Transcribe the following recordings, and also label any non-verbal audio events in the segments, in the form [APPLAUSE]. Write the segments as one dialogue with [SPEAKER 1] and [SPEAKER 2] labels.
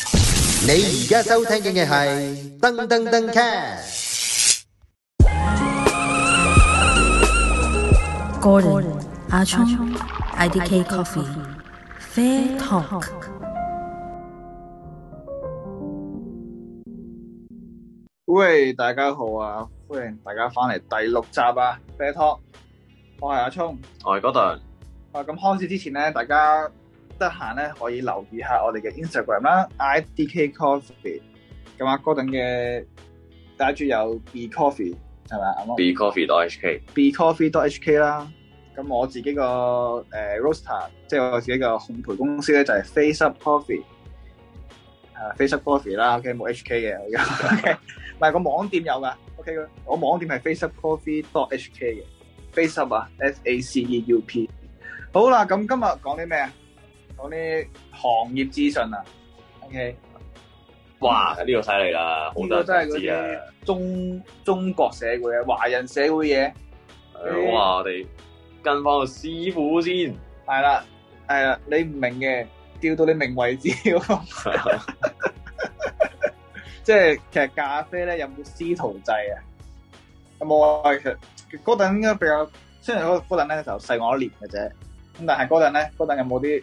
[SPEAKER 1] 你而家收聽嘅係噔噔噔 cast。
[SPEAKER 2] Gordon, Ah Chong, IDK Coffee, Fair Talk.
[SPEAKER 3] 喂，大家好啊！歡迎大家翻嚟第六集啊，Fair Talk，我係阿聰。
[SPEAKER 4] 我係 Gordon，
[SPEAKER 3] 啊，咁開始之前咧，大家得閒咧可以留意下我哋嘅 Instagram 啦，IDK Coffee。咁阿 Gordon 嘅打住有 Be Coffee 係咪啊阿 Mo？
[SPEAKER 4] Be Coffee 到 HK，
[SPEAKER 3] becoffee.hk 啦。咁我自己個誒 roaster，即係我自己個烘焙公司咧，就係 Face Up Coffee。誒 Face Up Coffee 啦，OK 冇 HK 嘅，我而家 [LAUGHS] OK 唔係個網店有噶，OK 我網店係 Face Up Coffee dot HK 嘅，Face Up 啊，F A C E U P。好啦，咁今日講啲咩啊？講啲行業資訊啊，OK。
[SPEAKER 4] 哇！呢、個犀利啦，好
[SPEAKER 3] 嗯呢
[SPEAKER 4] 多
[SPEAKER 3] 個
[SPEAKER 4] 人
[SPEAKER 3] 真係
[SPEAKER 4] 想
[SPEAKER 3] 嗰
[SPEAKER 4] 知啊！
[SPEAKER 3] 啲中中國社會嘅華人社會嘢。
[SPEAKER 4] 誒哇！我哋跟翻個師
[SPEAKER 3] [LAUGHS]
[SPEAKER 4] 傅先，
[SPEAKER 3] 系啦，系啦，你唔明嘅，吊到你明為止。 [LAUGHS] 即係其實咖啡咧有冇師徒制啊？有冇啊？其實嗰陣應該比較，雖然嗰嗰陣咧就細我一年嘅啫，咁但係嗰陣咧，嗰陣有冇啲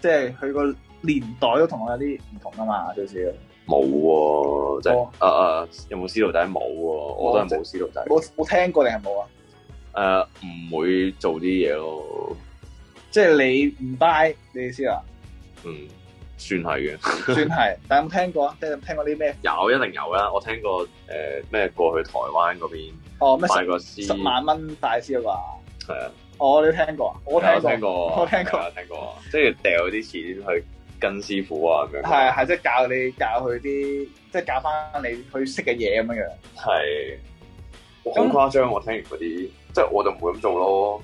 [SPEAKER 3] 即係佢個年代都同我有啲唔同啊嘛，少少。
[SPEAKER 4] 冇喎，即係
[SPEAKER 3] 哦
[SPEAKER 4] 啊啊！有冇師徒仔冇喎？我都係冇師徒仔，
[SPEAKER 3] 冇冇聽過定係冇啊？
[SPEAKER 4] 誒唔會做啲嘢咯，
[SPEAKER 3] 即係你唔 buy 你意思 [LAUGHS] 啊？
[SPEAKER 4] 嗯，算係嘅。
[SPEAKER 3] 算係，但有冇聽過啊？即係有冇聽過啲咩？
[SPEAKER 4] 有一定有啦，我聽過誒咩過去台灣嗰邊
[SPEAKER 3] 哦，咩
[SPEAKER 4] 買
[SPEAKER 3] 十
[SPEAKER 4] 個師，
[SPEAKER 3] 十萬蚊大師啊嘛？
[SPEAKER 4] 係啊，
[SPEAKER 3] 哦，你聽過啊？我
[SPEAKER 4] 有
[SPEAKER 3] 聽過
[SPEAKER 4] 聽。過，
[SPEAKER 3] 我聽過
[SPEAKER 4] 有聽過，即係掉啲錢去跟師傅啊 [LAUGHS] 咁樣，
[SPEAKER 3] 係係，即係教你教佢啲，即係教翻你佢識嘅嘢咁樣樣。
[SPEAKER 4] 係好誇張。我聽完嗰啲，即係我就唔會咁做咯。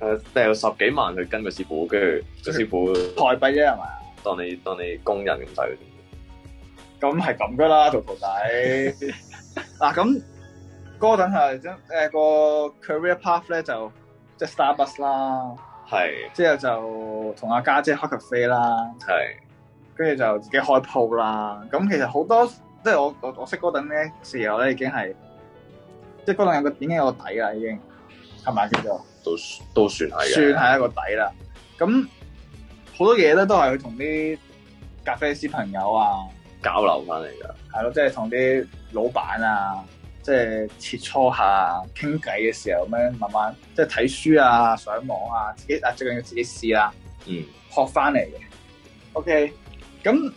[SPEAKER 4] 誒，掉十幾萬去跟個師傅，跟
[SPEAKER 3] 嗯
[SPEAKER 4] 住個師傅
[SPEAKER 3] 台幣啫係咪？
[SPEAKER 4] 當你當你工人咁使，
[SPEAKER 3] 咁係咁噶啦，做徒弟。嗱咁，嗰陣係真誒個 career path 咧就即係 Starbucks 啦，
[SPEAKER 4] 係
[SPEAKER 3] 之後就同阿家姐開 cafe 啦，
[SPEAKER 4] 係
[SPEAKER 3] 跟住就自己開鋪啦。咁其實好多即係我我我識嗰陣咧時候咧已經係，即係嗰陣有個已經有個底啦，已經係咪叫做？
[SPEAKER 4] 都都算係
[SPEAKER 3] 算
[SPEAKER 4] 嘅，
[SPEAKER 3] 係一個底啦。咁好多嘢咧都係佢同啲咖啡師朋友啊，
[SPEAKER 4] 交流翻嚟㗎。
[SPEAKER 3] 係咯，即係同啲老闆啊，即係切磋下傾偈嘅時候咁樣，慢慢即係睇書啊、上網啊，自己啊最緊要自己試啦、
[SPEAKER 4] 嗯，
[SPEAKER 3] 學翻嚟嘅。OK，咁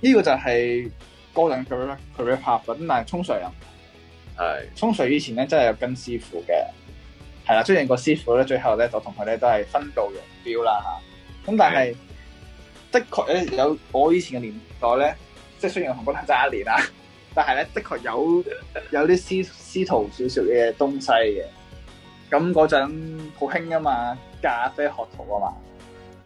[SPEAKER 3] 呢個就係個人 career career path 咁，但係通常又
[SPEAKER 4] 係
[SPEAKER 3] 沖水以前咧真係有跟師傅嘅，係啦。雖然個師傅咧最後咧就同佢咧都係分道揚镳啦嚇，咁但係的確咧有我以前嘅年代咧，即係雖然我同嗰陣爭一年啦， [LAUGHS] 但係咧的確有有啲師師徒少少嘅東西嘅。咁嗰陣好興啊嘛，咖啡學徒啊嘛，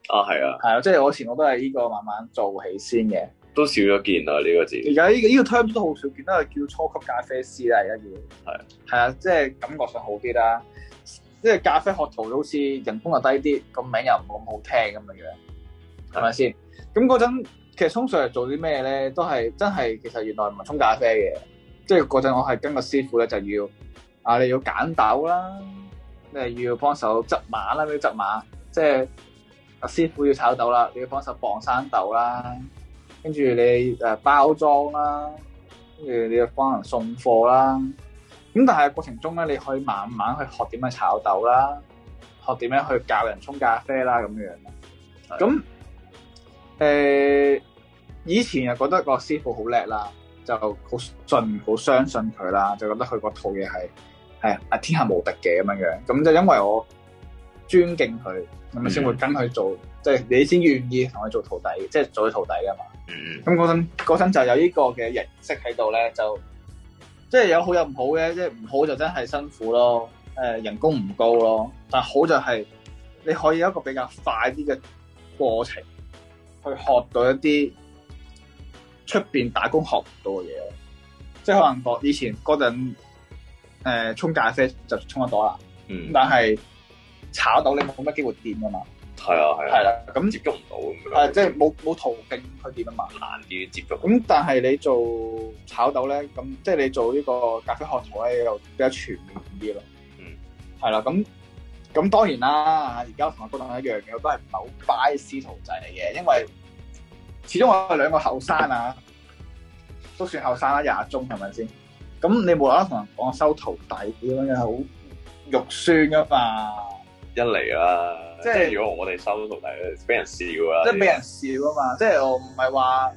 [SPEAKER 4] 啊係啊，
[SPEAKER 3] 係啊，即係我以前我都係呢個慢慢做起先嘅。
[SPEAKER 4] 都少咗見啦呢個字。
[SPEAKER 3] 而家呢個呢個 term 都好少見，都係叫初級咖啡師啊啦，而家叫
[SPEAKER 4] 係
[SPEAKER 3] 係啊，即係感覺上好啲啦。即係咖啡學徒好似人工又低啲，個名又唔咁好聽咁嘅樣，係咪先？咁嗰陣其實通常係做啲咩咧？都係真係其實原來唔係沖咖啡嘅，即係嗰陣我係跟個師傅咧就要啊，你要揀豆啦，你係要幫手執馬啦，你要執馬，即係阿師傅要炒豆啦，你要幫手磅生豆啦。跟住你誒包裝啦，跟住你又幫人送貨啦。咁但係過程中咧，你可以慢慢去學點樣炒豆啦，學點樣去教人沖咖啡啦咁樣啦。
[SPEAKER 4] 係
[SPEAKER 3] 咁誒、呃以前又覺得個師傅好叻啦，就好信、好相信佢啦，就覺得佢個套嘢係係係天下無敵嘅咁樣樣。咁就因為我尊敬佢，咁咪先會跟佢做，即係、你先願意同佢做徒弟，即係做佢徒弟噶嘛。
[SPEAKER 4] 嗯
[SPEAKER 3] 咁嗰陣嗰陣就有呢個嘅形式喺度咧，就即係有好有唔好嘅，即係唔好就真係辛苦咯，誒、人工唔高咯，但好就係你可以有一個比較快啲嘅過程去學到一啲出邊打工學唔到嘅嘢咯，即係可能我以前嗰陣誒沖咖啡就沖得到啦，
[SPEAKER 4] 嗯嗯，
[SPEAKER 3] 但係炒豆你冇乜機會掂噶嘛。
[SPEAKER 4] 係係啊係
[SPEAKER 3] 係
[SPEAKER 4] 啊，
[SPEAKER 3] 啦，
[SPEAKER 4] 咁
[SPEAKER 3] 咁
[SPEAKER 4] 接觸唔到
[SPEAKER 3] 誒
[SPEAKER 4] 咁樣，
[SPEAKER 3] 即係冇冇途徑去啊點樣賣。
[SPEAKER 4] 難啲接觸。
[SPEAKER 3] 咁但係你做炒豆咧，咁即係你做呢個咖啡學徒咧，又比較全面啲咯。
[SPEAKER 4] 嗯，
[SPEAKER 3] 係啦，咁咁當然啦，而家同阿高登一樣嘅，我都係唔係好 buy 師徒制嚟嘅，因為始終我哋兩個後生啊，都算後生啦，廿中係咪先？咁你冇啦啦同人講收徒弟咁樣係好肉酸噶嘛，
[SPEAKER 4] 一嚟啦，
[SPEAKER 3] 即
[SPEAKER 4] 即
[SPEAKER 3] 係
[SPEAKER 4] 係如果我哋收徒弟咧，俾人笑啊，
[SPEAKER 3] 即係俾人笑啊嘛，即係我唔係話，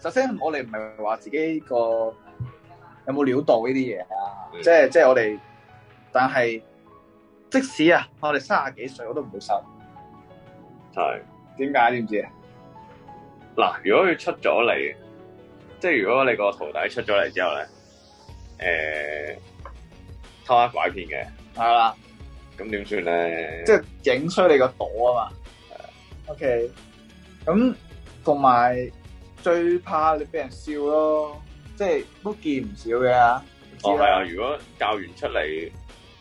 [SPEAKER 3] 首先我哋唔係話自己個有冇料到呢啲嘢。啊
[SPEAKER 4] 嗯
[SPEAKER 3] 即係即係我哋，但係即使啊，我哋三十幾歲我都唔會收。
[SPEAKER 4] 係
[SPEAKER 3] 點解？知唔知啊？
[SPEAKER 4] 嗱，如果佢出咗嚟，即係如果你個徒弟出咗嚟之後咧，誒、偷呃拐騙嘅，
[SPEAKER 3] 係啦，
[SPEAKER 4] 咁點算咧？
[SPEAKER 3] 即係影衰你個朵啊嘛。OK，咁同埋最怕你俾人笑咯，即係都見唔少嘅。
[SPEAKER 4] 哦，
[SPEAKER 3] 知
[SPEAKER 4] 係
[SPEAKER 3] 啦
[SPEAKER 4] 啊！，如果教完出嚟，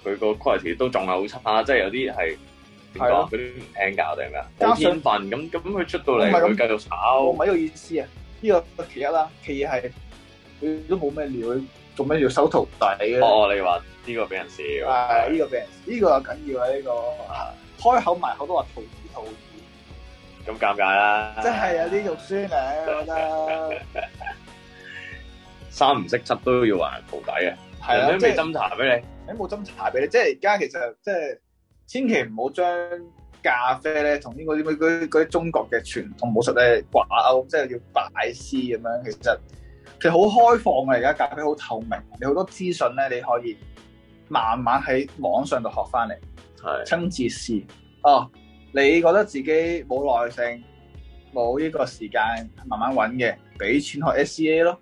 [SPEAKER 4] 佢個 quality 都仲係好差，即係有啲係點
[SPEAKER 3] 係咯
[SPEAKER 4] 講？嗰啲唔聽教定係咩啊？
[SPEAKER 3] 加
[SPEAKER 4] 冇
[SPEAKER 3] 上
[SPEAKER 4] 天分咁咁，佢出到
[SPEAKER 3] 唔係
[SPEAKER 4] 嚟
[SPEAKER 3] 咁
[SPEAKER 4] 佢繼續
[SPEAKER 3] 我唔
[SPEAKER 4] 炒，
[SPEAKER 3] 係呢個意思啊。呢個其一啦，其二係佢都冇咩料，佢做咩要收徒弟嘅？
[SPEAKER 4] 哦，你話呢個俾人笑，
[SPEAKER 3] 啊！呢個俾人，呢個緊要啊！呢個開口埋口都話徒兒徒兒。
[SPEAKER 4] 咁尷尬啦！
[SPEAKER 3] 真係有啲肉酸啊！我覺
[SPEAKER 4] [LAUGHS]
[SPEAKER 3] 得
[SPEAKER 4] 三唔識七都要還徒弟嘅，
[SPEAKER 3] 係啦，
[SPEAKER 4] 人
[SPEAKER 3] 啊即
[SPEAKER 4] 哋都未
[SPEAKER 3] 係
[SPEAKER 4] 斟茶俾你，
[SPEAKER 3] 你冇斟茶俾你，即係而家其實即係千祈唔好將咖啡咧同呢個啲嗰啲嗰啲中國嘅傳統武術咧掛鈎，即係要拜師咁樣。其實其實好開放啊！而家咖啡好透明，你好多資訊咧，你可以慢慢喺網上度學翻嚟。
[SPEAKER 4] 係
[SPEAKER 3] 親自試哦。你覺得自己冇耐性，冇呢個時間慢慢揾嘅，俾錢學 SCA 咯，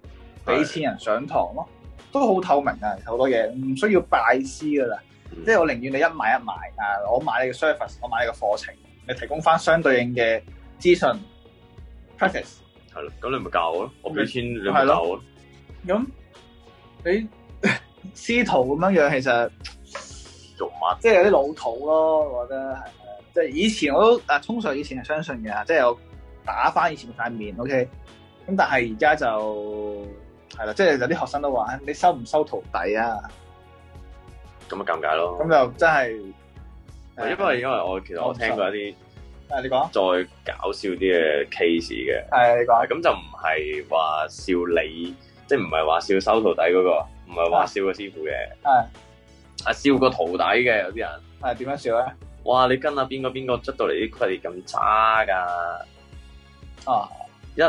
[SPEAKER 3] 俾錢人上堂咯，都好透明啊！好多嘢唔需要拜師噶啦，
[SPEAKER 4] 嗯
[SPEAKER 3] 即係我寧願你一買一賣啊，我買你嘅 service，我買你嘅課程，你提供翻相對應嘅資訊 practice。
[SPEAKER 4] 係咯，咁你咪教我咯，我俾錢你
[SPEAKER 3] 係
[SPEAKER 4] 咪
[SPEAKER 3] 咯
[SPEAKER 4] 教我咯，
[SPEAKER 3] 咁你師徒咁樣樣，其實〜
[SPEAKER 4] 做乜？
[SPEAKER 3] 即係有啲老土咯，我覺得係。即係以前我都啊，通常以前係相信嘅，即係我打翻以前塊面，OK。咁但係而家就係啦，即係有啲學生都話：嗯你收唔收徒弟啊？
[SPEAKER 4] 咁咪尷尬咯。
[SPEAKER 3] 咁就真係誒
[SPEAKER 4] 因為因為我其實我聽過一啲
[SPEAKER 3] 啊，你講
[SPEAKER 4] 再搞笑啲嘅
[SPEAKER 3] 嗯
[SPEAKER 4] case 嘅。
[SPEAKER 3] 係你講啊
[SPEAKER 4] 咁就唔係話笑你，即係唔係話笑收徒弟嗰、個，唔係話笑個師傅嘅，
[SPEAKER 3] 係
[SPEAKER 4] 啊笑個徒弟嘅有啲人，
[SPEAKER 3] 係點樣笑咧？
[SPEAKER 4] 哇！你跟啊邊個邊個出到嚟啲 credit 咁差㗎？
[SPEAKER 3] 哦，
[SPEAKER 4] 誒、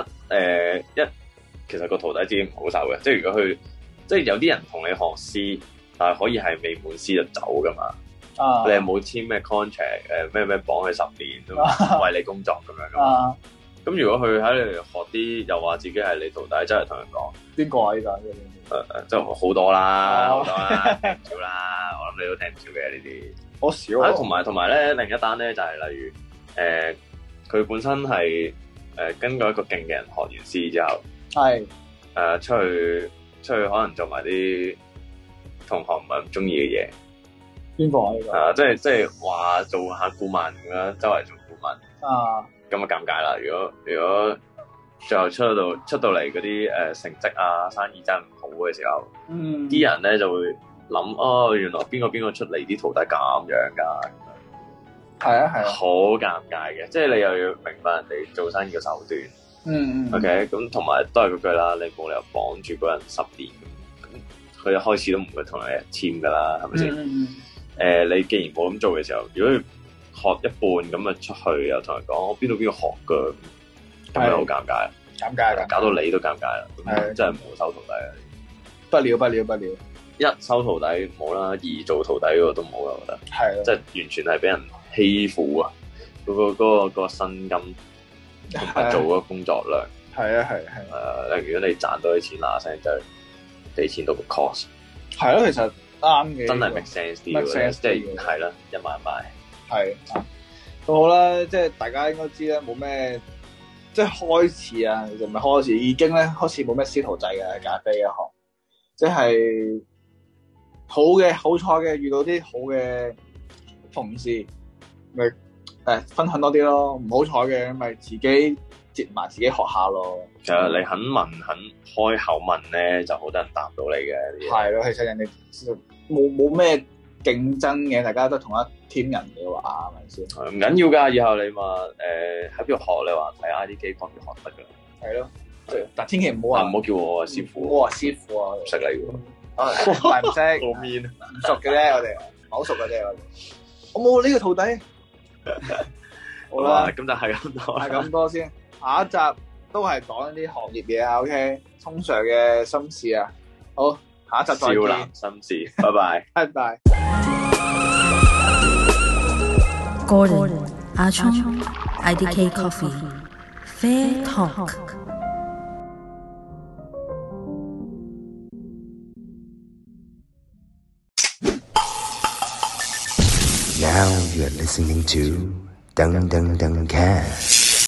[SPEAKER 4] 一其實個徒弟自己唔好受嘅，即係如果佢即係有啲人同你學師，但係可以係未滿師就走㗎嘛，
[SPEAKER 3] 啊
[SPEAKER 4] 你係冇簽咩 contract 誒咩咩綁佢十年咁樣為你工作咁樣㗎嘛。
[SPEAKER 3] 啊，
[SPEAKER 4] 咁如果佢喺你學啲又話自己係你徒弟，真係同人講。
[SPEAKER 3] 邊個啊？呢個
[SPEAKER 4] 誒即係好多啦，
[SPEAKER 3] 哦
[SPEAKER 4] 好多啦，聽唔
[SPEAKER 3] [LAUGHS]
[SPEAKER 4] 少啦，我諗你都聽唔少嘅呢
[SPEAKER 3] 我少
[SPEAKER 4] 啲。
[SPEAKER 3] 啊
[SPEAKER 4] 啊，同埋同埋咧，另一單咧就係、例如誒，佢、本身係誒、跟過一個勁嘅人學完師之後，誒、
[SPEAKER 3] 係
[SPEAKER 4] 出去出去可能做埋啲同學唔係咁中意嘅
[SPEAKER 3] 邊個啊？呢
[SPEAKER 4] 嘢，啊，即係即係話做下顧問咁樣，周圍做顧問，
[SPEAKER 3] 個啊
[SPEAKER 4] 咁啊尷尬啦！如果如果最後出到出到嚟嗰啲誒成績啊、生意真係唔好嘅時候。
[SPEAKER 3] 嗯
[SPEAKER 4] 啲人咧就會諗哦，原來邊個邊個出嚟啲徒弟咁樣㗎，
[SPEAKER 3] 係啊係啊，
[SPEAKER 4] 好尷尬嘅。即係你又要明白人哋做生意嘅手段。
[SPEAKER 3] 嗯嗯
[SPEAKER 4] OK，咁同埋都係嗰句啦，你冇理由綁住嗰人十年咁，佢一開始都唔會同你簽㗎啦，係咪先？誒、
[SPEAKER 3] 嗯
[SPEAKER 4] 你既然冇咁做嘅時候，如果佢學一半咁啊出去又同人講我邊度邊度學㗎，咁咪好尷尬，
[SPEAKER 3] 尷尬啦，
[SPEAKER 4] 搞到你都尷尬啦，
[SPEAKER 3] 係
[SPEAKER 4] 咁真係冇收徒弟啊！
[SPEAKER 3] 不了不了不了，
[SPEAKER 4] 一收徒弟冇啦，二做徒弟嗰個都冇啦，我覺得。
[SPEAKER 3] 係啊啦
[SPEAKER 4] 即。係完全係俾人欺負啊！嗰、個嗰、個嗰個薪金同埋做嗰個工作量，
[SPEAKER 3] 係啊，係啊係啊
[SPEAKER 4] 誒、如果你賺到啲錢嗱聲就俾錢到個 cost，
[SPEAKER 3] 係啊咯，其實啱嘅，
[SPEAKER 4] 真係 make sense 啲
[SPEAKER 3] make
[SPEAKER 4] 嘅，
[SPEAKER 3] sense
[SPEAKER 4] 即
[SPEAKER 3] 啲
[SPEAKER 4] 係
[SPEAKER 3] 嘅
[SPEAKER 4] 係啦，一萬買
[SPEAKER 3] 係啊咁好啦，即係大家應該知啦，冇咩即係開始啊，其實唔係開始，已經咧開始冇咩師徒制嘅咖啡嘅行，即係好嘅，好彩嘅遇到啲好嘅同事，咪誒分享多啲咯。唔好彩嘅咪自己接埋自己學下咯。
[SPEAKER 4] 其實你肯問肯開口問咧，就好多人答到你嘅呢啲嘢。
[SPEAKER 3] 係咯，其實人哋冇冇咩競爭嘅，大家都同一 team 人嘅話，係咪先？
[SPEAKER 4] 係唔緊要㗎，以後你話誒喺邊度學，你話睇 I D 機 copy 學得㗎啦。
[SPEAKER 3] 係咯，但千祈唔好
[SPEAKER 4] 啊，
[SPEAKER 3] 話
[SPEAKER 4] 唔好叫我啊師傅，
[SPEAKER 3] 我話師傅
[SPEAKER 4] [LAUGHS]
[SPEAKER 3] 啊
[SPEAKER 4] 唔，識你㗎喎。
[SPEAKER 3] 啊唔係唔識，
[SPEAKER 4] 我面
[SPEAKER 3] 唔熟嘅啫，我哋唔係好熟嘅啫，我哋。我冇呢個
[SPEAKER 4] [LAUGHS]
[SPEAKER 3] 徒弟。好
[SPEAKER 4] 好
[SPEAKER 3] 啦
[SPEAKER 4] 啦，。啊咁就係咁多
[SPEAKER 3] 係
[SPEAKER 4] 啦。
[SPEAKER 3] 咁多先，下一集都係講一啲行業嘢啊，OK，通常嘅心事啊，好，下一集再
[SPEAKER 4] 少男
[SPEAKER 3] 見，
[SPEAKER 4] 心事，拜拜。
[SPEAKER 3] 拜拜。
[SPEAKER 2] Gordon, Achong, IDK Coffee, Fair Talk.
[SPEAKER 1] Now you are listening to Dung Dung Dung Cat.